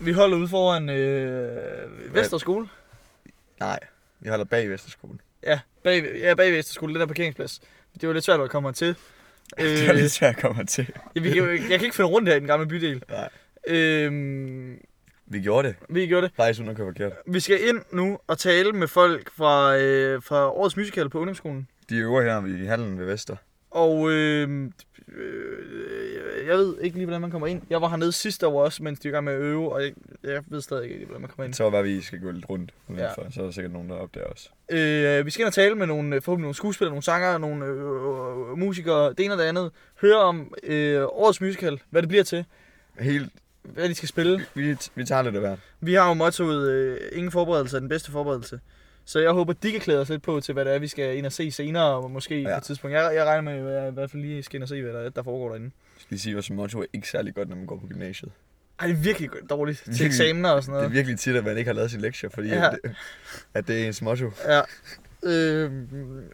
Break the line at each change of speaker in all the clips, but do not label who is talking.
Vi holder ude foran øh, Vesterskole.
Nej, vi holder bag Vesterskolen.
Ja, bag, ja, bag Vesterskole, den der parkeringsplads. Det var lidt svært at komme til. Øh,
Det er lidt svært at komme til.
ja, vi, kan- jeg kan ikke finde rundt her i den gamle bydel.
Nej.
Øh,
Vi gjorde det.
vi gjorde det.
Faktisk uden at køre forkert.
Vi skal ind nu og tale med folk fra, øh, fra årets musical på ungdomsskolen.
De øver her i hallen ved Vester.
Og øh, øh, jeg ved ikke lige, hvordan man kommer ind. Jeg var hernede sidste år også, mens de var i gang med at øve, og jeg, jeg ved stadig ikke lige, hvordan man kommer ind.
Så var vi skal gå lidt rundt
udenfor.
udenfor, ja. så er der sikkert nogen, der opdager os.
Øh, vi skal ind og tale med nogle, øh, forhåbentlig nogle skuespillere, nogle sanger, nogle øh, øh, musikere, det ene og det andet. Høre om øh, årets musical, hvad det bliver til,
Helt,
hvad de skal spille.
vi, vi tager lidt af hvert.
Vi har jo mottoet, øh, ingen forberedelse er den bedste forberedelse. Så jeg håber, de kan klæde os lidt på til, hvad det er, vi skal ind og se senere, og måske ja.
Ja.
på et tidspunkt. Jeg, jeg regner med, at jeg i hvert fald lige skal ind og se, hvad der, er, der foregår derinde.
Jeg skal lige sige, at vores motto er ikke særlig godt, når man går på gymnasiet.
Ej, det er virkelig dårligt til
Virkelig.
eksamener og sådan
Det
noget.
er virkelig tit, at man ikke har lavet sin lektier, fordi
Ja.
ja. at, det, at det er ens motto.
Ja. Øh,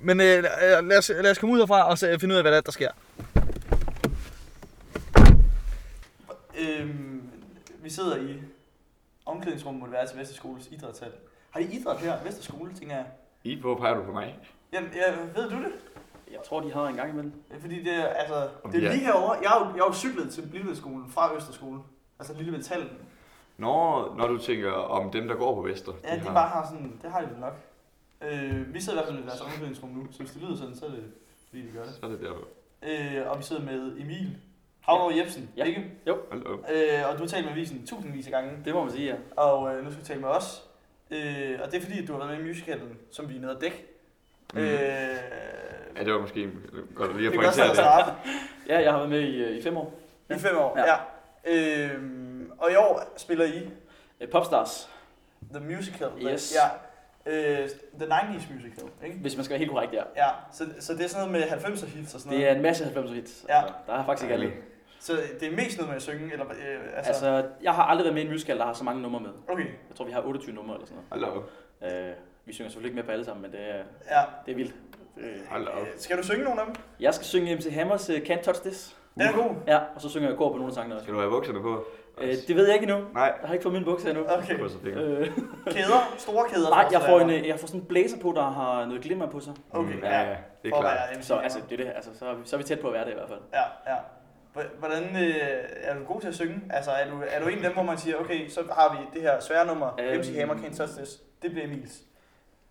men øh, lad, os, lad os komme ud herfra og så finde ud af, hvad der, er, der sker. Øh, vi sidder i omklædningsrummet, må det være til Vesterskoles idrætshal. Har de idræt her? Vesterskole, tænker jeg.
I på peger du på mig.
Jamen, jeg, ved du det?
Jeg tror, de har en gang imellem.
Fordi det, er, altså, det er
Ja.
lige herovre. Jeg har jo, jeg har jo cyklet til Lillebæltsskolen fra Østerskolen. Altså Lillebæltshallen.
Når, når du tænker om dem, der går på Vester.
Ja, de
har-
bare har sådan, det har de vel nok. Øh, vi sidder i hvert fald i deres omklædningsrum nu, så hvis det lyder sådan, så er det fordi, de gør det.
Så er det der.
Øh, og vi sidder med Emil Havgaard Jebsen,
Ja.
ikke?
Hold op.
Øh, og du har talt med avisen tusindvis af gange,
Det må man sige, ja.
og øh, nu skal du tale med os. Øh, og det er fordi, at du har været med i musicalen, som vi er nede at dække.
Mhm.
Øh,
Ja, det var måske godt lige
det
at
er godt
pointere
at
det.
starte
Ja, jeg har været med i, øh, i fem år.
i fem år. Ja.
Ja.
ja. Øh, og i år spiller I
Øh, Popstars,
The Musical.
Yes.
Ja. Øh, the 90's Musical, ikke?
hvis man skal være helt korrekt, ja.
Ja, så, så det er sådan noget med 90'er hits og sådan noget.
Det er en masse 90'er hits.
Ja.
Altså, der er faktisk ikke alle.
Så det er mest noget med at synge, eller øh, altså... altså...
Altså, jeg har aldrig været med i en musical, der har så mange numre med.
Okay,
Jeg tror, vi har 28 numre eller sådan
Hold op.
noget. Øh, vi synger selvfølgelig ikke med på alle sammen, men det er,
ja.
det er vildt. Øh,
Hold op.
Øh, Skal du synge nogle af dem?
jeg skal synge MC Hammers uh, Can't Touch This.
Den er god.
Ja, og så synger jeg kor på nogle af sangene også.
Skal du have bukserne på?
Øh, det ved jeg ikke endnu.
Nej.
Jeg har ikke fået mine bukser endnu.
Okay.
På så fingre.
Øh,
Kæder, store kæder.
nej, jeg får,
forestiller
en, øh, jeg får sådan en blazer på, der har noget glimmer på sig.
Okay,
Mm,
ja.
ja, ja, det er
For at
klart.
være MC.
Så altså, det er det, altså, så, er vi, så er vi tæt på at være det i hvert fald.
Ja, ja. H- Hvordan, øh, er du god til at synge? Altså, er du, er du en af dem, hvor man siger, okay, så har vi det her svære nummer,
Øhm.
MC Hammer, Can't Touch This. Det bliver Emils.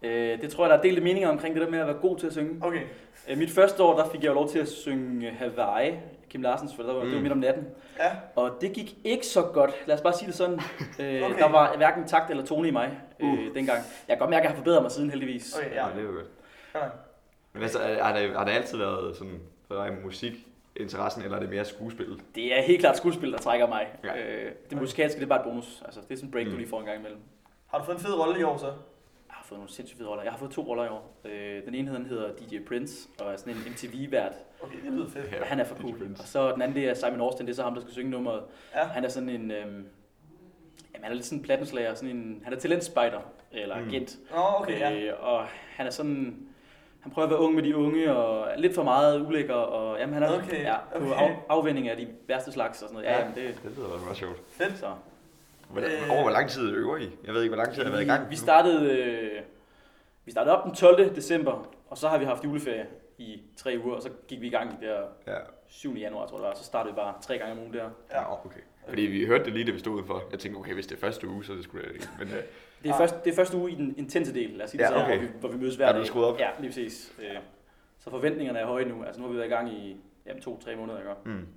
Øh, det tror jeg, der er delte meninger omkring det der med at være god til at synge.
Okay,
Øh, mit første år, der fik jeg jo lov til at synge øh, Hawaii, Kim Larsens, for der var, mm. det var
Mm.
midt om natten.
ja.
Og det gik ikke så godt, lad os bare sige det sådan. Øh,
Okay.
okay. Der var hverken takt eller tone i mig øh, dengang. Jeg kan godt mærke, at jeg har forbedret mig siden heldigvis.
Okay,
Ja,
ja.
det er jo godt.
Godt nok.
Men altså, er- har det, har det altid været sådan, for dig musikinteressen, eller er det mere skuespil?
Det er helt klart skuespil, der trækker mig.
Ja.
Øh, det musikalske, det er bare et bonus. Altså, det er sådan en break, mm. du
Mm.
lige får en gang imellem.
Har du fået en fed rolle i år så?
Jeg har fået nogle sindssygt fede roller. Jeg har fået to roller i år. Øh, den ene hedder- hedder DJ Prince, og er sådan en MTV-vært.
Okay, det lyder fedt.
Ja, han er for cool. Og så den anden, det er Simon Austin, det er så ham, der skal synge nummeret.
Ja.
Ja. Han er sådan en, øhm, jamen, han er lidt sådan en plattenslager, sådan en, han er talentspejder, eller
Mm.
agent.
Nå, okay, ja.
Øh, og han er sådan, han prøver at være ung med de unge, og er lidt for meget ulækker, og jamen, han er
Okay,
ja, på
okay.
af, afvending af de værste slags og sådan noget. Ja,
Ja.
jamen, det,
Det lyder da meget sjovt.
Fedt.
så.
Hvor,
Øh.
over hvor lang tid øver I? Jeg ved ikke, hvor lang tid har I været i gang?
Vi, vi, startede, øh, vi startede op den 12. december, og så har vi haft juleferie i tre uger, og så gik vi i gang der
Ja.
7. januar, tror jeg det var, så startede vi bare tre gange om ugen der.
Ja.
Ja, okay. Fordi vi hørte det lige, da vi stod udenfor. Jeg tænkte, okay, hvis det er første uge, så er det skulle jeg ikke. Men øh,
Det er,
Ah.
første, det er første uge i den intense del, lad os sige
Ja,
det sådan,
okay.
hvor, vi, hvor vi mødes
Er
hver
du
dag.
skruet op?
Ja, lige præcis. Øh, Så forventningerne er høje nu. Altså nu har vi været i gang i jamen, to-tre måneder, ikke?
mm.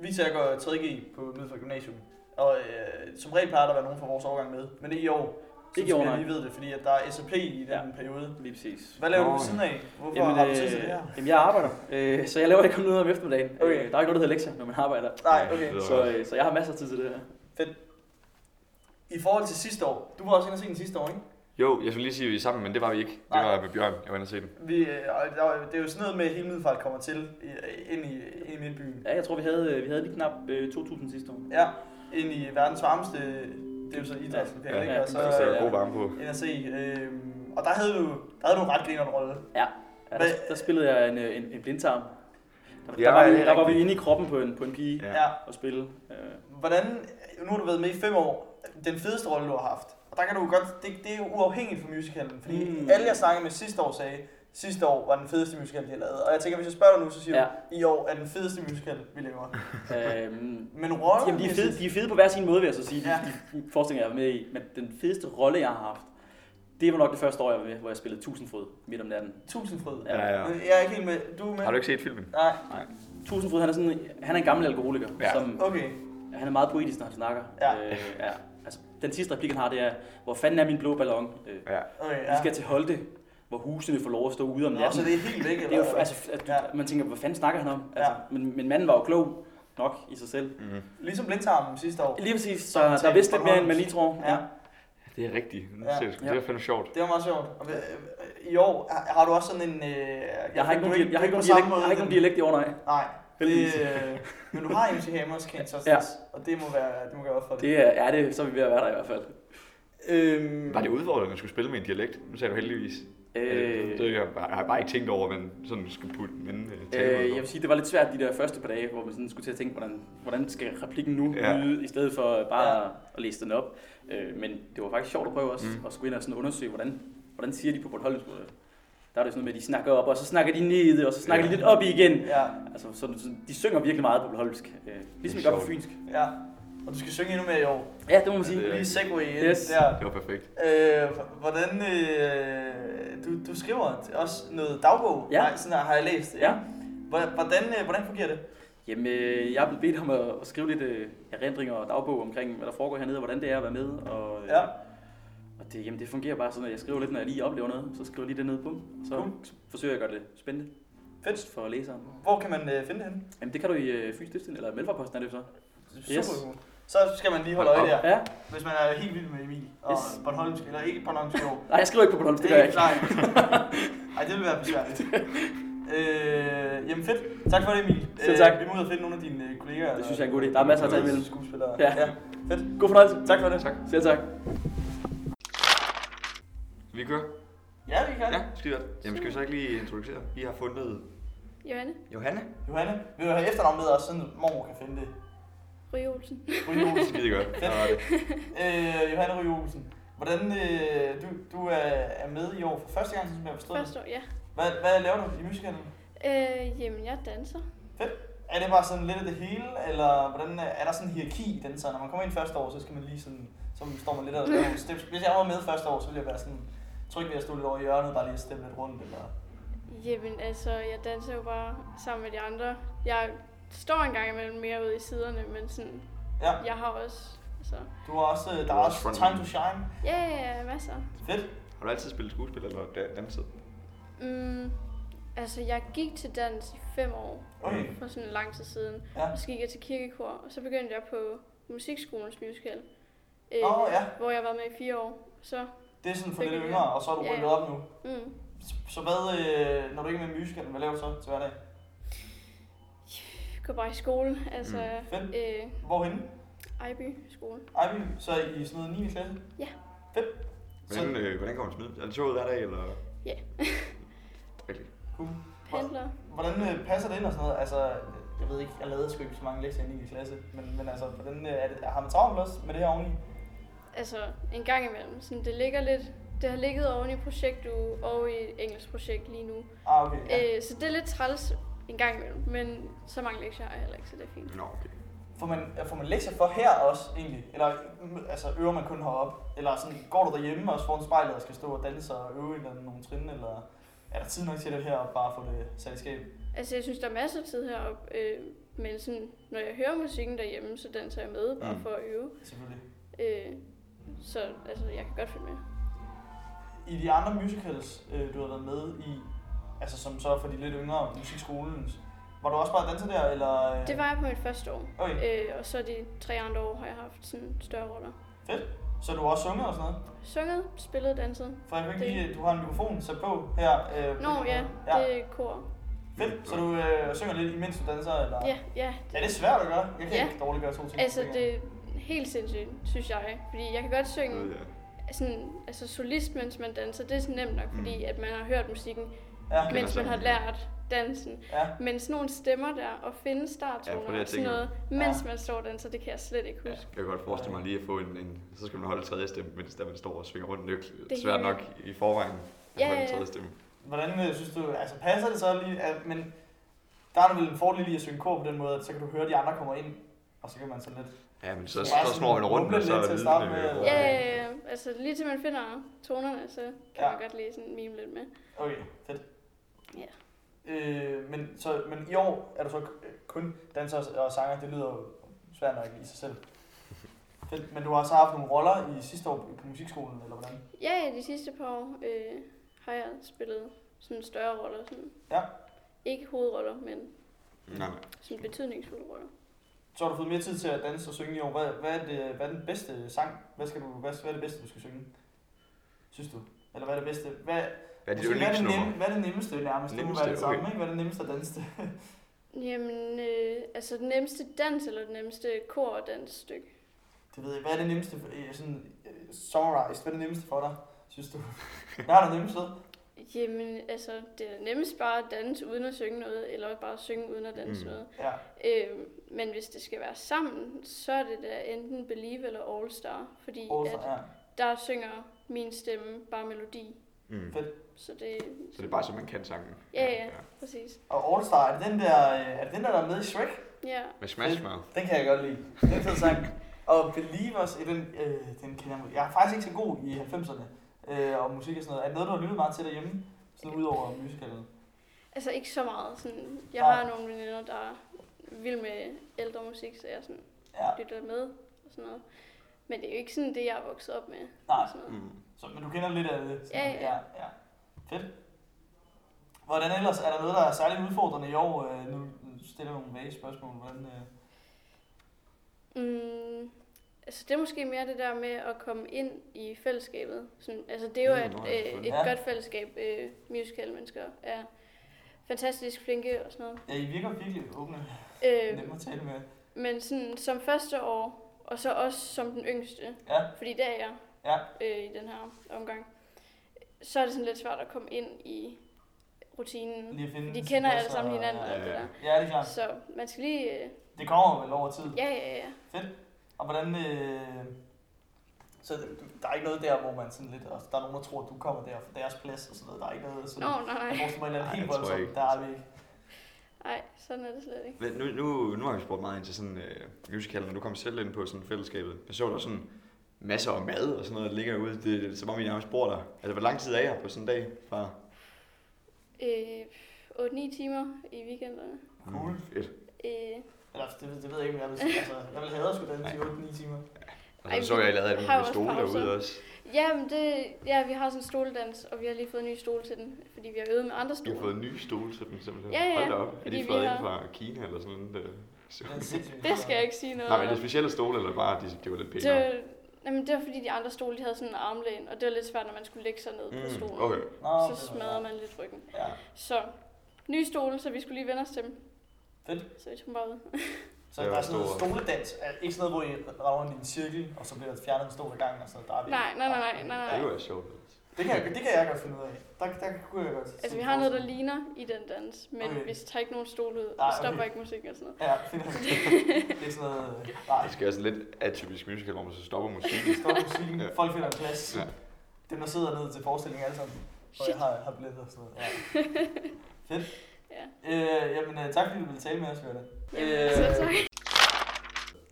Vi tager går 3G på Middelfart Gymnasium, og øh, som regel plejer der at være nogen fra vores årgang med, men det er i år, så
Ikke i år,
skal jeg
nej.
lige vide det, fordi at der er SAP i den
Ja.
periode.
Lige præcis.
Hvad laver du
Nå,
ved siden af? Hvorfor
Jamen,
har du tid til det her?
øh, jamen, jeg arbejder, øh, så jeg laver det kun noget om eftermiddagen. Øh,
Okay.
Der er ikke noget, der hedder lektier, når man arbejder.
Nej, okay.
Det
Så, øh, så jeg har masser af tid til det her.
I forhold til sidste år, du var også inde og se den sidste år, ikke?
Jo, jeg skulle lige sige, at vi er sammen, men det var vi ikke. Det
Nej.
var med Bjørn, jeg var inde og se den.
Vi, øh, og der, var- det er jo sådan noget med, at hele Middelfart kommer til øh, ind i, ind i midtbyen.
Ja, jeg tror, vi havde, øh, vi havde lige knap øh, 2.000 sidste år.
Ja, ind i verdens varmeste, det er jo så idrætslokale,
Ja,
ikke?
ja,
og så
Så
præcis,
der
øh,
er god varme på.
ind og se. Øh, og der havde du, der havde du en ret grinerende rolle.
Ja, der, der spillede jeg en, øh, en, en blindtarm. Der,
Ja,
der, var,
ja,
vi,
det er
der var vi
rigtigt.
inde i kroppen på en, på en pige
Ja.
ja.
Ja.
og spille. Øh,
Hvordan, nu har du været med i fem år, den fedeste rolle, du har haft. Og der kan du godt, det, det er jo uafhængigt fra musicalen, fordi
Mm.
mm. alle jeg snakkede med sidste år sagde, sidste år var den fedeste musical, de har lavet. Og jeg tænker, hvis jeg spørger dig nu, så siger ja.
ja.
du, i år er den fedeste musical, vi laver.
Øhm,
Men rollen...
Jamen, de er, fede, de er fede på hver sin måde, vil jeg så sige, de,
Ja.
de forestillinger, jeg var med i. Men den fedeste rolle, jeg har haft, det var nok det første år, jeg var med, hvor jeg spillede Tusindfryd midt om natten.
Tusindfryd.
Ja.
Ja.
Ja, ja.
Jeg er ikke helt med. Du er med?
Har du ikke set filmen?
Nej,
Tusindfryd, han er, sådan, han er en gammel alkoholiker,
Ja.
ja. som
okay.
han er meget poetisk, når han snakker.
Ja.
Øh, ja. Altså, den sidste replik, han har, det er, hvor fanden er min blå ballon? Øh,
Ja.
okay
ja. Vi
ja.
skal til Holte, hvor husene får lov at stå ude om
Nå,
natten.
så det er helt væk,
det er jo, altså, at du, ja.
Ja.
man tænker, hvad fanden snakker han om? Altså,
Ja.
men, men manden var jo klog nok i sig selv.
Mm.
Ligesom blindtarmen sidste år.
Lige præcis, så
Samtale
der er vist lidt mere, end
Bornholms.
man lige tror.
Ja.
Det er rigtigt. Det
Ja.
er, det er fandme sjovt.
Det var meget sjovt. Og, øh, øh, I år har- har du også sådan en... Øh,
Jeg har ikke
du
nogen, dialekt, jeg har ikke
du på
nogen,
samme
dialekt, jeg har ikke nogen
måde
dialekt i år, nej.
den- Nej.
Heldigvis.
Det, øh, men du har MC Hammers kendt sig,
Ja.
ja. og det må være, det må gøre op for det.
Det er, ja, det, så er vi ved at være der i hvert fald.
Øhm,
Var det udfordrende at skulle spille med en dialekt? Nu sagde du heldigvis. Øh.
Øh,
Det har jeg bare- har jeg bare ikke tænkt over, men sådan skulle putte en anden øh, tale
øh,
ud
jeg
på.
vil sige, det var lidt svært de der første par dage, hvor man sådan skulle til at tænke, hvordan, hvordan skal replikken nu
Ja.
ja. lyde, i stedet for bare
Ja.
ja. at læse den op. Øh, men det var faktisk sjovt at prøve også
Mm.
mm. at skulle ind og sådan undersøge, hvordan, hvordan siger de på Bornholm. Der er det sådan noget med, at de snakker op, og så snakker de ned, og så snakker
Ja.
ja. de lidt op igen.
Ja,
Altså, så, så de synger virkelig meget på Bornholmsk. Øh, ligesom vi gør på
sjovt.
fynsk.
ja. Og du skal synge endnu mere i år.
Ja, det må man sige.
det er-
Lige segway ind
Yes.
der.
Det var perfekt.
Øh, hvordan... Øh, du, du skriver også noget dagbog.
Ja.
Nej, sådan her har jeg læst.
Ja.
Hvordan, hvordan, øh, hvordan fungerer det?
Jamen, øh, jeg er blevet bedt om at, at skrive lidt øh, erindringer og dagbog omkring, hvad der foregår hernede, og hvordan det er at være med. Og, øh,
Ja.
og det, jamen, det fungerer bare sådan, at jeg skriver lidt, når jeg lige oplever noget, så skriver jeg lige det ned på. Så
Cool.
forsøger jeg at gøre det spændende
Fedt.
for læseren.
Hvor kan man øh, finde det henne?
Jamen, det kan du i øh, Fyns Stiftstidende, eller Melfarposten er det jo så.
Super
Yes.
cool. Så skal man lige holde
Hold
øje der.
Ja.
Hvis man er helt vild med Emil og
Yes.
yes. Bornholmsk, eller ikke Bornholmsk jo.
Nej, jeg skriver ikke på Bornholm, det gør jeg ikke.
Nej, Ej, det vil være besværligt. øh, jamen fedt. Tak for det Emil.
Selv tak.
Øh, vi må ud og finde nogle af dine øh, kollegaer.
Det synes jeg er en god idé. Der er masser at tage imellem.
Skuespillere.
Ja.
Fedt.
God fornøjelse.
Tak for det.
Tak.
Selv tak.
Vi kører.
Ja, vi kan. Ja.
Ja, skide godt. Jamen skal vi så ikke lige introducere? Vi har fundet
Johanne
Johanne.
Johanne, vil du have efternavn med os, sådan mormor kan finde det?
Ryge Olsen.
Ryge Olsen.
Skide godt. Der var det.
øh, Johanne Ryge Olsen. Hvordan, øh, du, du er, er med i år for første gang, som jeg forstod det.
Første år, ja.
Hvad, hvad laver du i musicalen?
Øh, jamen, jeg danser.
Er det bare sådan lidt af det hele, eller hvordan er, er der sådan en hierarki i den så? Når man kommer ind første år, så skal man lige sådan, så står man lidt og laver nogle steps. Hvis jeg var med første år, så ville jeg være sådan tryg ved at stå lidt over i hjørnet, bare lige at steppe lidt rundt, eller...
Jamen, altså, jeg danser jo bare sammen med de andre. Jeg står en gang imellem mere ude i siderne, men sådan,
Ja,
jeg har også, altså,
du har også, øh, der
Du
er
er
også
frontman.
time to shine.
ja, ja, ja, masser.
Fedt.
Har du altid spillet skuespil eller da- danset?
Mm, altså, jeg gik til dans i fem år,
Okay.
for sådan lang tid siden.
Ja.
Og så gik jeg til kirkekor, og så begyndte jeg på musikskolens musical. Øh,
Åh, ja.
Hvor jeg var med i fire år, så,
Det er sådan for
Det
lidt
kan
yngre, og så er du
Ja.
rykket op nu.
mm.
Så- Så hvad, øh, når du ikke er med i musicalen, hvad laver du så til hverdag?
Går bare i skole, altså,
Fedt.
øh,
Hvorhenne?
Ejby skole.
Ejby, så er I sådan noget 9. klasse?
Ja.
Fedt. Så,
Hvordan, øh, hvordan kommer man smid? Er det toget hver dag, eller?
Ja.
Rigtig.
cool.
Pendler.
Hvordan øh, passer det ind og sådan noget? Altså, øh, jeg ved ikke, jeg lavede sgu ikke så mange lektier i 9. klasse, men, men altså, hvordan, øh, er det, har man travlt også med det her oveni?
Altså, en gang imellem. Sådan, det ligger lidt... Det har ligget oven i projektuge og i et engelsk projekt lige nu.
Ah, okay, ja.
Ja. Øh, så det er lidt træls en gang imellem, men så mange lektier har jeg heller ikke, så det er fint.
Nå, okay.
Får man, øh, får man lektier for her også egentlig? Eller mm, altså, øver man kun heroppe? Eller sådan, går du derhjemme også foran spejlet og skal stå og danse og øve en eller anden nogle trin? Eller er der tid nok til det her og bare få det sat i skab?
Altså, jeg synes, der er masser af tid heroppe, øh, men sådan, når jeg hører musikken derhjemme, så danser jeg med bare
Mm.
for at øve.
Selvfølgelig.
Øh, så altså, jeg kan godt følge med.
I de andre musicals, øh, du har været med i, altså som så er for de lidt yngre, musikskolens, var du også bare danser der, eller? øh,
Det var jeg på mit første år,
Okay,
øh, og så de tre andre år har jeg haft sådan større roller.
så du har også sunget og sådan noget?
Sunget, spillet, danset.
For jeg kan ikke
Det-
lige, du har en mikrofon sat på her. Øh, på
Nå
din-
ja,
ja.
det er kor.
Fedt, så du øh, synger lidt imens du danser, eller?
Ja, ja,
Ja, det er svært at gøre. Jeg kan
Ja.
ikke dårligt gøre to ting. på
Altså,
en gang.
det er helt sindssygt, synes jeg. Fordi jeg kan godt
Ved
synge
jeg. Mm.
sådan, altså solist, mens man danser. Det er sådan nemt nok, fordi at man har hørt musikken,
Ja,
Kender
mens man har
sangen.
lært dansen.
Ja.
Men sådan nogle stemmer der, og finde
Ja, prøv
starttoner
lige
ja,
at
og sådan
tænke.
noget, mens
Ja.
man står og danser, det kan jeg slet ikke huske.
Jeg kan godt forestille mig lige at få en, en så skal man holde tredje stemme, mens der man står og svinger rundt. Det er
Det
jo svært
hele-
nok i forvejen at
Ja,
få
ja,
den
ja.
tredje stemme.
Hvordan øh, synes du, altså passer det så lige, at, men der er vel en fordel i at synge kor på den måde, at så kan du høre, at de andre kommer ind, og så kan man så lidt...
Ja, men så,
Ja,
så
sådan
snor man rundt,
mumle
og så
lidt
er
til at starte med,
lyden.
eller-
Ja, ja, ja. altså lige til man finder tonerne, så kan
Ja.
man godt lige sådan mime lidt med.
Okay, fedt.
Ja.
Øh, men, så, men i år er du så øh, kun danser og- og sanger, det lyder jo svært nok i sig selv. Fedt. Men du har så haft nogle roller i sidste år på musikskolen, eller hvordan?
Ja, ja, de sidste par år øh, har jeg spillet sådan større roller. Sådan.
Ja.
Ikke hovedroller, men
Nej, nej.
sådan betydningsfulde roller.
Så har du fået mere tid til at danse og synge i år. Hvad, hvad, er, det, hvad er den bedste sang? Hvad, skal du, hvad, hvad er det bedste, du skal synge? Synes du? Eller hvad er det bedste? Hvad,
Hvad er dit
måske, hvad, er det
yndlingsnummer?
nemme, hvad er det nemmeste nærmest? Det kunne
Nemmeste,
være det samme,
okay.
ikke? Hvad er det nemmeste at danse til?
Jamen, øh, altså den nemmeste dans, eller den nemmeste kor og dansstykke.
Det ved jeg. Hvad er det nemmeste, for- øh, sådan, øh, summarized, hvad er det nemmeste for dig, synes du? Hvad er det nemmeste?
Jamen, altså det er nemmest bare at danse uden at synge noget, eller bare at synge uden at danse
Mm.
mm. noget.
Ja,
Øh, men hvis det skal være sammen, så er det da enten Believe eller All Star, fordi
Åh,
at
så- ja.
der synger min stemme bare melodi.
Mm.
Så det,
Så det er bare så, man kan sangen.
Ja, ja, præcis.
Og All Star, er det den der, øh, er det den der, der er med i Shrek?
Ja,
Med Smash Mouth.
Den kan jeg godt lide. Den er fed sang. Og Believers, øh, den, øh, den kender jeg. Jeg er faktisk ikke så god i 90'erne øh, og musik og sådan noget. Er det noget, du har lyttet meget til derhjemme? Sådan udover musicalen?
altså ikke så meget. Sådan, jeg
Nej.
har nogle veninder, der er vild med ældre musik, så jeg sådan
Ja,
lytter med og sådan noget. Men det er jo ikke sådan det, jeg er vokset op med.
nej.
og Sådan noget.
Mm.
Så, men du kender lidt af det? sådan-
Ja, ja.
ja. ja. Fedt. Hvordan ellers? Er der noget, der er særligt udfordrende i år? Øh, nu stiller jeg nogle vage spørgsmål. Hvordan, øh,
Mm, altså det er måske mere det der med at komme ind i fællesskabet. Sådan, altså det er jo
Mm,
et,
nå, ja,
øh, et
ja.
godt fællesskab, øh, musical-mennesker er fantastisk flinke og sådan noget.
ja, I virker virkelig åbne.
Øh,
Nemme at tale med.
men sådan, som første år, og så også som den yngste,
Ja.
fordi det er jeg
Ja.
øh, i den her omgang, så er det sådan lidt svært at komme ind i rutinen.
Lige at finde
De kender alle
pladser
sammen
og-
hinanden og
ja,
alt det
ja.
der.
Ja, det er klart.
Så man skal lige... Øh,
Det kommer vel over tid.
ja, ja, ja.
Og hvordan... Øh, så du- der er ikke noget der, hvor man sådan lidt... Og der er nogen, der tror, at du kommer der fra deres plads og sådan noget. Der er ikke noget sådan...
Nå, nej,
Jeg
nej.
forestiller mig et eller andet
Ej,
helt
det tror jeg
voldsomt.
ikke.
Der er vi ikke.
Nej, sådan er det slet ikke.
Men nu, nu, nu har vi spurgt meget ind til sådan øh, musicalen, og du kom selv ind på sådan fællesskabet. Jeg så der sådan masser af mad og sådan noget, der ligger ude. Det, det er som om, I nærmest bor der. Altså, hvor lang tid er jeg på sådan en dag fra?
Øh, 8-9 timer i weekenderne.
Cool.
Fedt.
Øh,
Eller, det, det ved jeg ikke, men jeg vil, altså, jeg vil have at skulle danse i
Nej.
8-9 timer.
Og
Ej,
så, så
vi
jeg, I lavede
har
alle
også
med stole
pauser.
derude også.
jamen, det, ja, vi har sådan en stoledans, og vi har lige fået en ny stole til den, fordi vi har øvet med andre
Du har
stole.
fået en ny stole til dem simpelthen.
Ja, ja,
Hold da op. Er
fordi
de
vi
fløjet ind
har-
fra Kina eller sådan noget? øh, så-
Det er sindssygt.
Det skal jeg ikke sige noget
Nej, men er det
om.
specielle stole, eller bare, de, de var lidt
det,
pænere?
var- jamen, det var fordi de andre stole, de havde sådan en armlæn, og det var lidt svært, når man skulle lægge sig ned på
Mm,
stolen.
okay.
Nå, det
Så
var-
smadrer man lidt ryggen.
Ja.
Så, ny stole, så vi skulle lige vende os til dem.
Fedt.
Så vi tog dem bare ud.
Så
Det
der
var
er sådan noget
stor.
stoledans. Er Ikke sådan noget, hvor I rammer rundt i en cirkel, og så bliver der fjernet en stol ad gangen, og så der er vi.
Nej, nej, nej, nej, nej,
Det
nej.
var sjovt.
Det kan, jeg, det kan jeg godt finde ud af. Der, der kunne jeg godt.
Altså,
se
vi har noget, der
forskellen.
ligner i den dans, men
Okay.
vi tager ikke nogen stole ud,
Nej,
og stopper
okay.
ikke musik og sådan noget.
Ja, det det er sådan noget... øh, Nej,
Det skal også lidt atypisk musical, hvor man så stopper musikken.
står musikken,
Ja.
folk finder en plads.
Ja.
Dem, der sidder ned til forestillingen alle sammen. Og
Shit.
jeg har, har billetter og sådan noget. Ja. Fedt.
Ja.
Øh, jamen, øh, tak fordi du ville tale med os, Øh, Jørgen.
Jamen, selv tak.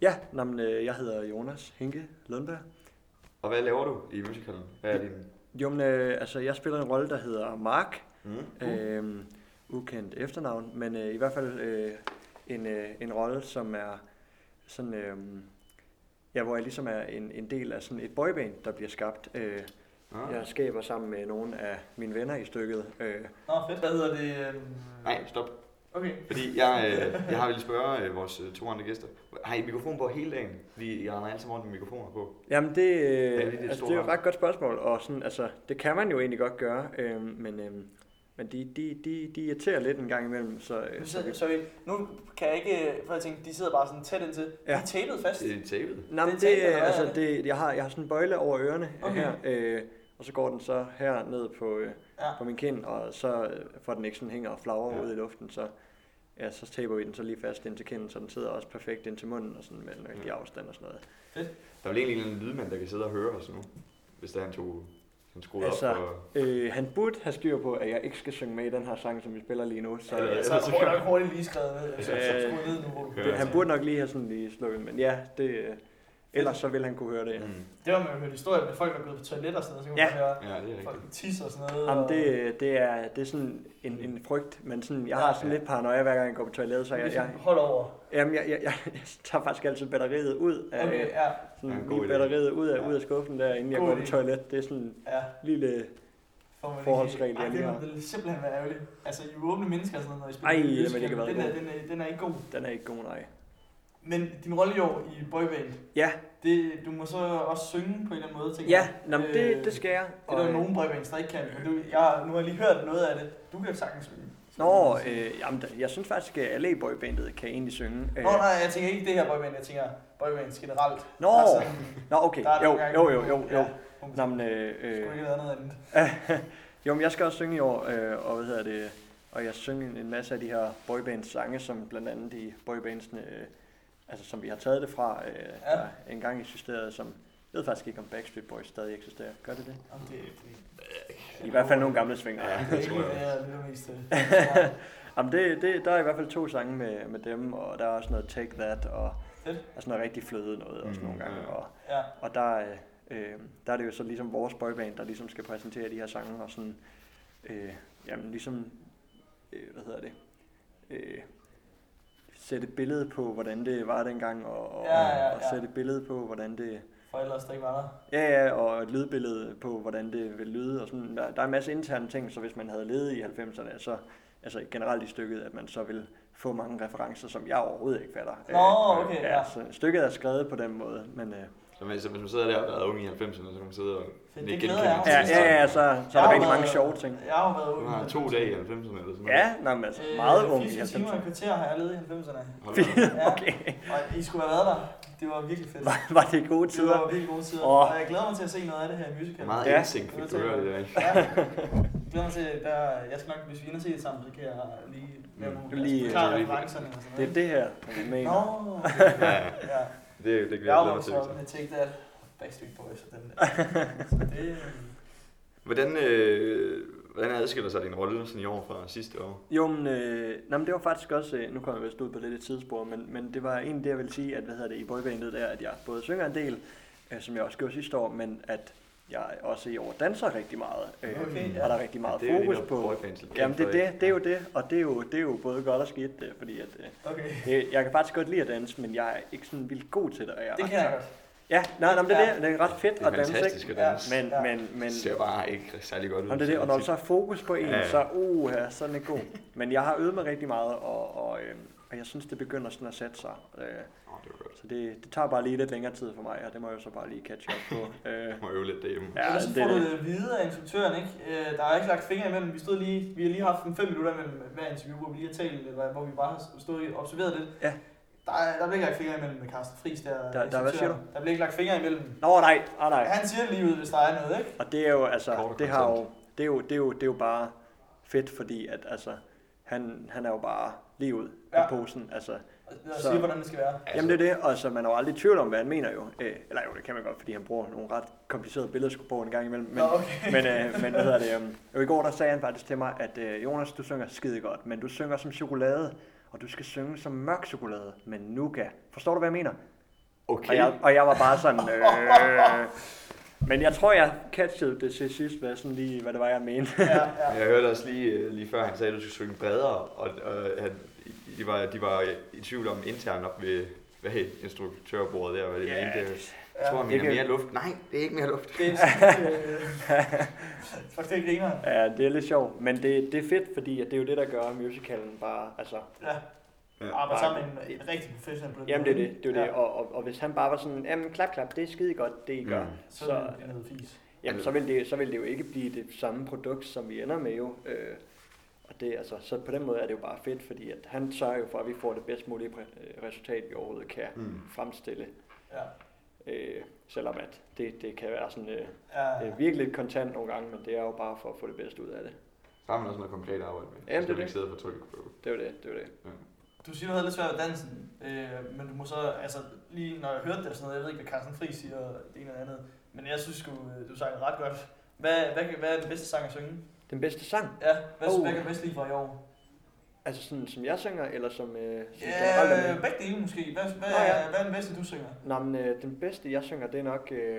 Ja, nå, men, øh, jeg hedder Jonas Henke Lundberg.
Og hvad laver du i musicalen? Hvad er din...
Jo, men, øh, altså, jeg spiller en rolle, der hedder Mark.
Mm.
Øh, ukendt efternavn, men øh, i hvert fald øh, en, øh, en rolle, som er sådan... Øh, ja, hvor jeg ligesom er en, en del af sådan et boyband, der bliver skabt. Øh,
Ah.
jeg skaber sammen med nogle af mine venner i stykket. Øh,
Nå, fedt. Hvad hedder det? Øh...
Nej, stop.
Okay.
Fordi jeg, øh, jeg har ville spørge øh, vores øh, to andre gæster. Har I mikrofon på hele dagen? Fordi jeg har altid rundt med mikrofoner på.
Jamen det, øh,
det er
ja,
et
det, altså,
stort
det er jo et
hold.
ret godt spørgsmål, og sådan, altså, det kan man jo egentlig godt gøre, øh, men, øh, men de, de, de, de irriterer lidt en gang imellem. Så,
Nu
øh, så
sidder,
vi...
sorry, nu kan jeg ikke... øh, For jeg tænkte, de sidder bare sådan tæt indtil. Ja.
Ja.
De er tapet fast.
Det er tabet.
Nej,
det
men
er
det,
tænkt, eller hvad er
altså,
det?
det, jeg, har, jeg har sådan en bøjle over ørerne
Okay.
okay. her, øh, og så går den så her ned på, øh,
Ja.
på min kind, og så øh, får den ikke sådan hænger og flagrer
Ja.
ja. ud i luften, så, ja, så taber vi den så lige fast ind til kinden, så den sidder også perfekt ind til munden og sådan med den rigtige afstand og sådan noget.
Der er vel egentlig en eller anden lydmand, der kan sidde og høre os nu, hvis der han tog han skruede
Altså,
op og...
øh, han burde have styr på, at jeg ikke skal synge med i den her sang, som vi spiller lige nu, så
Ja,
øh,
ja.
Så er det hurtigt, hurtigt lige skrevet ned. Så
Øh,
skruet ned nu, hvor du
ja.
det, han burde nok lige have sådan lige slukket, men ja, det, øh, ellers så vil han kunne høre det.
Mm.
Det var med at høre historier med folk, der er gået på toilet og sådan noget. Så kan man
Ja.
ja. høre
Ja, det er rigtigt.
folk tisse og sådan noget.
Jamen,
og-
det, det, er, det er sådan en, en frygt, men sådan, jeg har sådan
Ja.
lidt paranoia, hver gang jeg går på toilet, så
Det er
jeg,
sådan,
jeg,
Ligesom Hold over.
jamen, jeg, jeg, jeg, jeg tager faktisk altid batteriet ud af,
Okay,
okay.
ja.
sådan,
Ja,
ja,
en god idé.
batteriet ud af,
Ja.
ud af skuffen der, inden jeg
God
går på
idé.
toilet. Det er sådan en
Ja.
lille...
Får man
Forholdsregel,
ikke- Ej,
jeg lige har.
Det vil simpelthen være ærgerligt. Altså, I er åbne mennesker og sådan noget, når I spiller musical.
Ej, jamen, det kan være
den, er,
god.
den, er, den er ikke god.
Den er ikke god, nej.
Men din rolle i år i boyband,
Ja,
det, du må så også synge på en eller anden måde, tænker
ja,
jeg.
nå, men det, det skal jeg.
Det er der jo
Og, øh,
nogen boybands, der ikke kan. Men du, jeg, nu har jeg lige hørt noget af det. Du kan jo sagtens synge.
Nå, øh, jamen, da- jeg synes faktisk, at alle i boybandet kan egentlig synge. Øh,
Nå, nej, jeg tænker ikke det her boyband. Jeg tænker boybands generelt.
Nå,
Der er sådan-
nå, okay.
der er
Jo,
nogle gange-
jo, jo, jo. jo.
Ja,
Nå, men, øh,
det skulle
øh,
ikke have været noget andet.
jo, men jeg skal også synge i år, øh, og hvad hedder det, og jeg synger en masse af de her boybands sange, som blandt andet de boybandsene, øh, altså som vi har taget det fra, øh,
Ja.
der engang eksisterede, som jeg ved faktisk ikke, om Backstreet Boys stadig eksisterer. Gør det det?
Om det, det,
I hvert fald nogle gamle svinger.
Ja,
det,
det
det,
tror jeg
det,
også.
er det, det mest. øh,
Jamen det, det, der er i hvert fald to sange med, med dem, og der er også noget Take That, og,
Fedt.
og sådan noget rigtig fløde noget også
Mm,
nogle gange.
ja.
Og,
Ja,
og der, øh, øh, der er det jo så ligesom vores boyband, der ligesom skal præsentere de her sange, og sådan, øh, jamen ligesom, øh, hvad hedder det, øh, sætte et billede på, hvordan det var dengang, og, og,
Ja, ja,
og
ja.
sætte et billede på, hvordan det,
for ellers der ikke var der.
Ja, ja, og et lydbillede på, hvordan det vil lyde. Og sådan. Der, der er en masse interne ting, så hvis man havde levet i 90'erne, så altså generelt i stykket, at man så vil få mange referencer, som jeg overhovedet ikke fatter.
Nå, okay,
ja.
ja.
så stykket er skrevet på den måde, men øh,
Så hvis, så hvis man sidder der og har været ung i 90'erne, så kan man sidde og
det
nikke
glæder
genkendende
jeg mig
til
ja,
til.
sidste
ja, ja,
gang.
så, så
Jeg
er
har
der rigtig
været-
mange sjove ting.
Jeg har jo været
Du
ung.
har to dage i 90'erne eller sådan noget.
Ja, nå, men altså, meget ung i
90'erne. 80 timer i
90'erne.
kvarter har jeg levet i 90'erne.
Hold da op.
Ja,
Okay,
og I skulle have været der. Det var virkelig fedt.
var, var det gode
Det var
tider?
virkelig gode tider.
Åh.
Og jeg glæder mig til at se noget af det her i
Hvor
musical.
meget
Ja.
indsigt fik du hørt i dag.
Ja. Jeg glæder mig til, at der, jeg skal nok, hvis vi ender se det sammen, så kan jeg lige være
Mm.
mm.
Lige- øh,
lige, klare referencerne og sådan
Det er
noget.
det her, jeg mener.
Nå, okay.
Ja,
ja.
det, det, det
Jeg
glæder
har
jeg mig
jo
til. altså.
så med Take That, Backstreet Boys og den der. Så det, øh,
Hvordan, øh, hvordan adskiller sig din rolle sådan i år fra sidste år?
Jo, men, øh, nej, men det var faktisk også, øh, nu kommer jeg vist ud på lidt et tidsspor, men, men det var egentlig det, jeg ville sige, at hvad hedder det, i boybandet der, at jeg både synger en del, øh, som jeg også gjorde sidste år, men at jeg også i år danser rigtig meget, øh,
Okay,
okay,
ja.
ja. og der er rigtig meget
det er jo
fokus
lige noget,
på.
boybands er kendt
Jamen det er
for, ikke?
det, det er jo det, og det er jo, det er jo både godt og skidt, øh, fordi at, øh,
okay.
det- jeg kan faktisk godt lide at danse, men jeg er ikke sådan vildt god til det. og Jeg er
Det
ret-
kan jeg godt.
Ja, nej, nej, men det er,
Ja.
det, det er ret fedt
Det er
at danse, ikke?
fantastisk at
Ja.
danse.
Men,
Ja.
men, men,
Det ser bare ikke særlig godt ud.
Jamen, det er det, og når der så er fokus på en,
Ja, ja.
ja. så uh, ja, så er den ikke god. Men jeg har øvet mig rigtig meget, og, og, øh, og jeg synes, det begynder sådan at sætte sig. Øh,
Åh, det var godt.
så det, det tager bare lige lidt længere tid for mig, og det må jeg jo så bare lige catch up på. Øh,
Jeg må øve lidt derhjemme.
Ja,
Ellers så
det
får
er
du
det.
det at vide af instruktøren, ikke? Øh, der er ikke lagt fingre imellem. Vi, stod lige, vi har lige haft 5 minutter imellem hver interview, hvor vi lige har talt, eller hvor vi bare har stået og observeret lidt.
Ja.
Der, er- der blev ikke lagt fingre imellem med Carsten Friis der.
hvad siger
instruktøren. Der blev ikke lagt fingre imellem.
Nå nej, ah, nej.
Han siger det lige ud, hvis der er noget, ikke?
Og det er jo,
Kort
altså,
og
det, har jo,
kontant.
det, er jo, det, er jo, det er jo bare fedt, fordi at, altså, han, han er jo bare lige ud af
Ja.
posen. Altså,
Og
Så-
siger, hvordan det skal være.
Jamen det er det, og så man er jo aldrig i tvivl om, hvad han mener jo. Øh, eller jo, det kan man godt, fordi han bruger nogle ret komplicerede billeder på en gang imellem. Men,
Nå, okay.
men, øh, men hvad hedder det? øhm, Jo, i går der sagde han faktisk til mig, at øh, Jonas, du synger skide godt, men du synger som chokolade, og du skal synge som mørk chokolade med nougat. Forstår du, hvad jeg mener?
Okay.
Og jeg, og jeg var bare sådan... Øh, men jeg tror, jeg catchede det til sidst, hvad, sådan lige, hvad det var, jeg mente.
Ja, ja.
Jeg hørte også lige, øh, lige før, han sagde, at du skulle synge bredere, og, og han, de, var, de var i tvivl om internt op ved hvad hed instruktørbordet der, hvad det
Ja,
yeah. mente.
det-
Jeg tror, han
det
mener
kan-
mere luft. Nej, det er ikke mere luft.
Det er sådan, øh, Fuck, det er griner.
Ja, det er lidt sjovt, men det, det er fedt, fordi at det er jo det, der gør musicalen bare... Altså,
Ja. Ah,
Ja.
Arbejde sammen med en, en rigtig professionel på den
Jamen det er
måde.
det, det er jo det. Og, og, og hvis han bare var sådan, jamen klap klap, det er skide godt, det I gør,
Mm.
mm.
Så,
så,
er det noget fis.
jamen, så, vil det, så vil det jo ikke blive det samme produkt, som vi ender med jo. Øh, og det, altså, så på den måde er det jo bare fedt, fordi at han sørger jo for, at vi får det bedst mulige præ- øh, resultat, vi overhovedet kan
Mm.
fremstille.
Ja.
Øh, selvom at det, det kan være sådan øh,
Ja.
øh, virkelig kontant nogle gange, men det er jo bare for at få det bedste ud af det.
Så har man også noget konkret at arbejde med.
Ja,
så
det er
man
det.
ikke sidder og fortolke på.
Det er jo det, det er jo det.
Du siger, du havde lidt svært ved dansen, øh, men du må så, altså lige når jeg hørte det og sådan noget, jeg ved ikke, hvad Carsten Friis siger, det ene eller andet, men jeg synes sgu, øh, du sang det ret godt. Hvad, hvad, hvad er den bedste sang at synge?
Den bedste sang,
Ja, hvad,
Oh.
oh. hvad kan du bedst lide fra i år?
altså sådan som jeg synger, eller som, øh, som generelt er
Ja,
med?
begge dele måske. Hvad, hvad,
Nå, ja.
ja. hvad er den bedste, du synger?
Nå, men øh, den bedste jeg synger, det er nok, øh,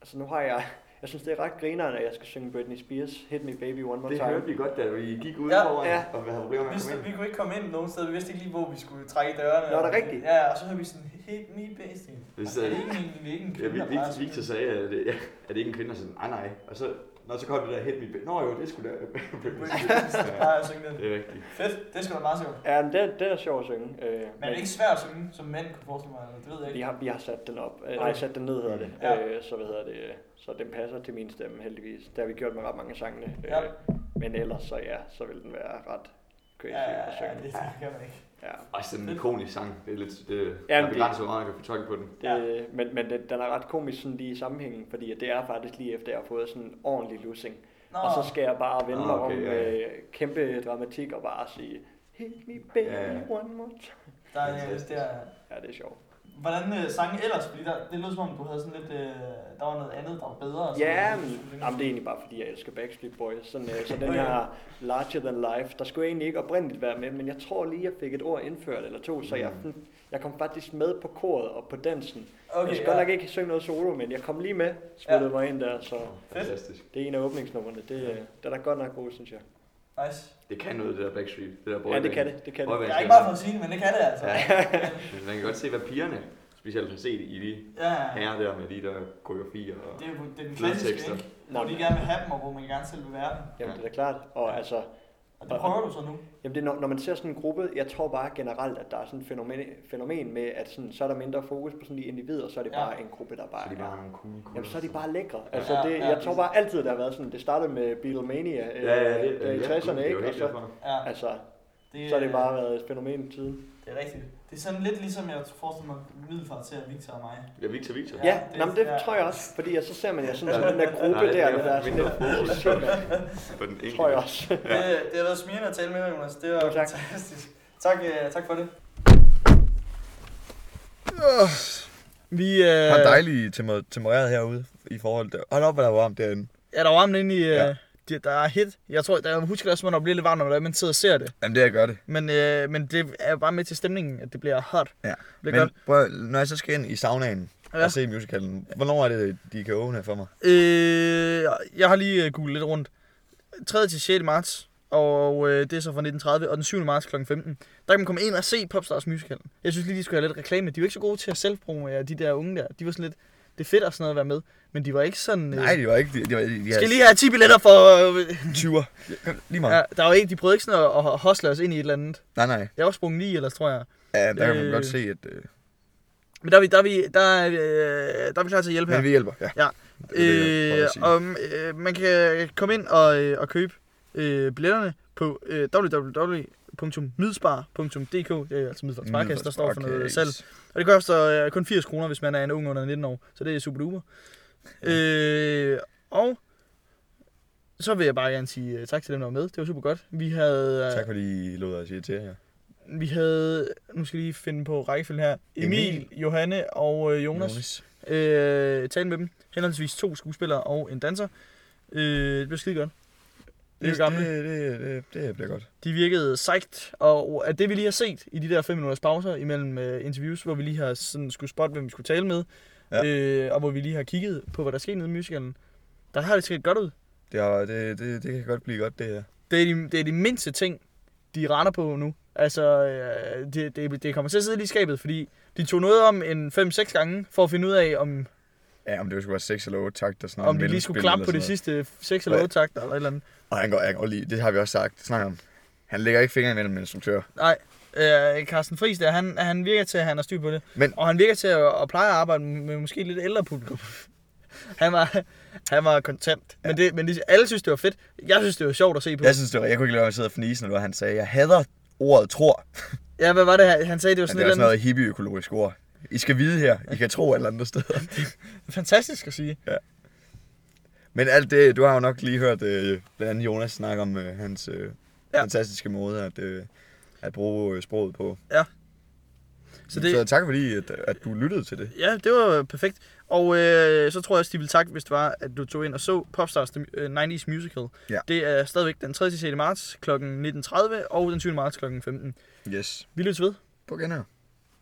altså nu har jeg, jeg synes det er ret grineren, at jeg skal synge Britney Spears, Hit Me Baby One More
Det
Time.
hørte vi godt, da vi gik ud
Ja,
ja, foran,
ja.
ja. og vi havde problemer med at
Hvis,
komme ind.
vi kunne ikke komme ind nogen sted, vi vidste ikke lige, hvor vi skulle trække i dørene.
Nå, er det rigtigt?
Ja, og så hørte vi sådan, hit me baby.
Vi
Altså,
sad-
det er ikke en, vi er ikke en
Ja,
kvinde,
vi,
der
vi,
bare
Victor
synger.
sagde, at, det- ja, at det ikke er en kvinde, og så sådan, nej, nej. Og så, når så kom det der helt mit Nå jo, det skulle da.
Det er bare at synge den.
det er rigtigt.
Fedt, det skal da meget sjovt.
Ja, men det, det er sjovt at synge. Øh,
Men er det ikke svært at synge, som mænd kunne forestille mig, eller det ved jeg
vi
ikke.
har, vi har sat den op. Øh, nej,
Okay.
sat den ned hedder det.
Ja.
Øh, så hvad hedder det? øh, Så den passer til min stemme heldigvis. Det har vi gjort med ret mange sangene.
Ja.
Øh, men ellers så ja, så vil den være ret crazy
Ja, ja,
at
ja,
synge.
det, det kan man ikke.
Ja.
Og sådan en ikonisk sang. Det er lidt, det,
Ja,
ja,
men
der
det-
begrænser, hvor meget man kan fortolke på den.
Det, ja. Men, men den, den er ret komisk sådan lige i sammenhængen, fordi at det er faktisk lige efter, jeg har fået sådan en ordentlig lussing.
Nå,
Og så skal jeg bare vende mig
Nå, okay,
om
ja,
med kæmpe dramatik og bare sige, Hit me baby
Ja, ja.
one more time.
der er, øh, det er,
Ja, det er sjovt.
Hvordan øh, sang ellers? Fordi der, det lød som om, du havde sådan lidt, øh, der var noget andet, der var bedre. og sådan
Ja,
noget, du
men,
skulle synge.
jamen, det er egentlig bare fordi, jeg elsker Backstreet Boys. Sådan, øh, så den
Okay.
her Larger Than Life, der skulle jeg egentlig ikke oprindeligt være med, men jeg tror lige, jeg fik et ord indført eller to, så jeg, jeg kom faktisk med på koret og på dansen. Okay, jeg
Okay,
skulle godt
ja.
nok ikke synge noget solo, men jeg kom lige med, smuttede ja. mig ind der, så
Fantastisk.
det er en af åbningsnummerne. Det, øh, den er godt nok god, synes jeg.
Nice.
Det kan noget, det der Backstreet. Det der
Ja,
boyband.
det kan det, det kan det.
Boyband
Jeg er
skal
ikke bare
man-
for at sige det, men det kan det altså.
Ja.
Ja.
Men man kan godt se, hvad pigerne specielt har set i de
ja.
herrer der med de der koreografier. Og...
Det er jo det er den
Flere
klassiske,
tekster.
ikke? Hvor de gerne vil have dem, og hvor man gerne selv vil være dem.
Jamen, det er da klart. Og altså,
Og det prøver du så nu.
Jamen det, er, når, når man ser sådan en gruppe, jeg tror bare generelt, at der er sådan et fænomen, fænomen med, at sådan, så er der mindre fokus på sådan de individer, og så er det
Ja.
bare en gruppe, der bare
Så de
er-
bare har nogle cool kunder.
Jamen, så er de bare lækre.
Ja.
Altså,
Ja,
det,
ja,
jeg tror
præcis.
bare altid, der har været sådan, det startede med Beatlemania øh,
Ja, ja, det,
der i
ja,
60'erne,
det er jo
ikke? Og
helt
så,
derfor.
Ja. øh,
altså, så har det bare været et fænomen siden.
Det er rigtigt. Det er sådan lidt ligesom, jeg forestiller mig, middelfart ser Victor og mig.
Ja, Victor Victor.
Ja,
Ja, ja
det-
det, jamen, det
ja.
tror jeg også, fordi jeg, så ser man jeg sådan,
Ja.
sådan den der gruppe
det
der,
er
det der er sådan
mindre
lidt,
fokus.
shit, mand,
På den enkelte.
tror jeg også.
Ja. Det, det har været smirrende at tale med dig, Jonas. Det var
Jo, tak.
fantastisk. Tak, øh, tak for det.
Vi, øh,
Der er dejligt temmer- tempereret herude i forhold til... Hold op, hvor der er varmt derinde.
er der varmt inde i... Øh,
Ja.
de- der er hit. Jeg tror, der, jeg husker også, at man bliver lidt varm, når man sidder og ser det.
Jamen, det jeg gør det.
Men, øh, men det er jo bare med til stemningen, at det bliver hot.
Ja.
Det
Men
bliver godt.
prøv, at- når jeg så skal ind i saunaen ja.
Ja.
og se musicalen, hvornår er det, de kan åbne for mig?
Øh, jeg har lige øh, googlet lidt rundt. 3. til 6. marts, og øh, det er så fra 1930, og den 7. marts kl. 15. Der kan man komme ind og se Popstars musicalen. Jeg synes lige, de skulle have lidt reklame. De var ikke så gode til at selvpromovere de der unge der. De var sådan lidt, det er fedt og sådan noget at være med. Men de var ikke sådan... Øh,
Nej, det var ikke... Det, det var, de
Skal jeg lige have 10 billetter for... Øh,
20'er. Kom, Lige meget.
ja, der var ikke, de prøvede ikke sådan at, at hostle os ind i et eller andet.
Nej, nej.
Jeg var sprunget lige, ellers tror jeg.
Ja, der kan man
Øh.
godt se, at... Øh,
Men der er vi, der er vi, der er, øh, der er vi klar til at hjælpe her.
men vi hjælper, ja.
Ja.
Det er det, jeg prøver
Øh,
at sige.
og øh, man kan komme ind og, øh, og købe øh, billetterne på øh, www.midspar.dk Det er altså Midspar Sparkasse, der står for noget
Sparekasse.
salg. Og det koster øh, kun 80 kroner, hvis man er en ung under 19 år. Så det er super duper. Øh, og så vil jeg bare gerne sige øh, tak til dem, der var med. Det var super godt. Vi havde,
Tak
øh,
fordi I lod os irritere jer.
vi havde, nu skal jeg lige finde på rækkefølgen her, Emil,
Emil.
Johanne og øh, Jonas øh, tale med dem. Henholdsvis to skuespillere og en danser. Øh, det blev skide godt. Det er jo
Det,
gamle.
det, det, det, det bliver godt.
De virkede sejt, og at det vi lige har set i de der 5 minutters pauser imellem øh, interviews, hvor vi lige har sådan skulle spotte, hvem vi skulle tale med,
Ja.
ja. øh, og hvor vi lige har kigget på, hvad der sker nede i musicalen, der har det set godt ud.
Det, har, det, det, det kan godt blive godt, det her.
Det er de, det er de mindste ting, de render på nu. Altså, øh, det, det, det kommer til at sidde lige i skabet, fordi de tog noget om en 5-6 gange, for at finde ud af, om,
Ja, om det skulle være 6 eller 8 takter. Sådan
om de lige skulle klappe på de sidste 6 eller
Ja.
8 takter, eller et eller andet.
Og han går, han går lige, det har vi også sagt, snakket om. Han lægger ikke fingre imellem en instruktør.
Nej, øh, Carsten Friis der, han, han virker til, at han har styr på det.
Men-
Men... Og han virker til at, at pleje at arbejde med måske lidt ældre publikum. han var, han var kontant. Ja. Men, det, men det, alle synes, det var fedt. Jeg synes, det var sjovt at se på.
Jeg synes, det var, jeg kunne ikke lade være med at sidde og fnise, når det var, han sagde, jeg hader ordet tror.
Ja, hvad var det, han- han sagde? Det var
Men
sådan
det
et
er
eller
sådan
andet.
noget hippie-økologisk ord. I skal vide her. I kan tro alle andre steder.
Fantastisk at sige.
Men alt det, du har jo nok lige hørt øh, blandt andet Jonas snakke om øh, hans øh,
Ja.
ja. fantastiske måde at, øh, at bruge øh, sproget på.
Ja. Så
Så,
det-
det... så tak fordi, at, at du lyttede til det.
Ja, det var perfekt. Og øh, så tror jeg også, de ville takke, hvis det var, at du tog ind og så Popstars The øh, 90's Musical.
Ja.
Det er stadigvæk den 3. 6. marts kl. 19.30 og den 20. marts kl. 15.
Yes.
Vi lyttes ved.
På genhør.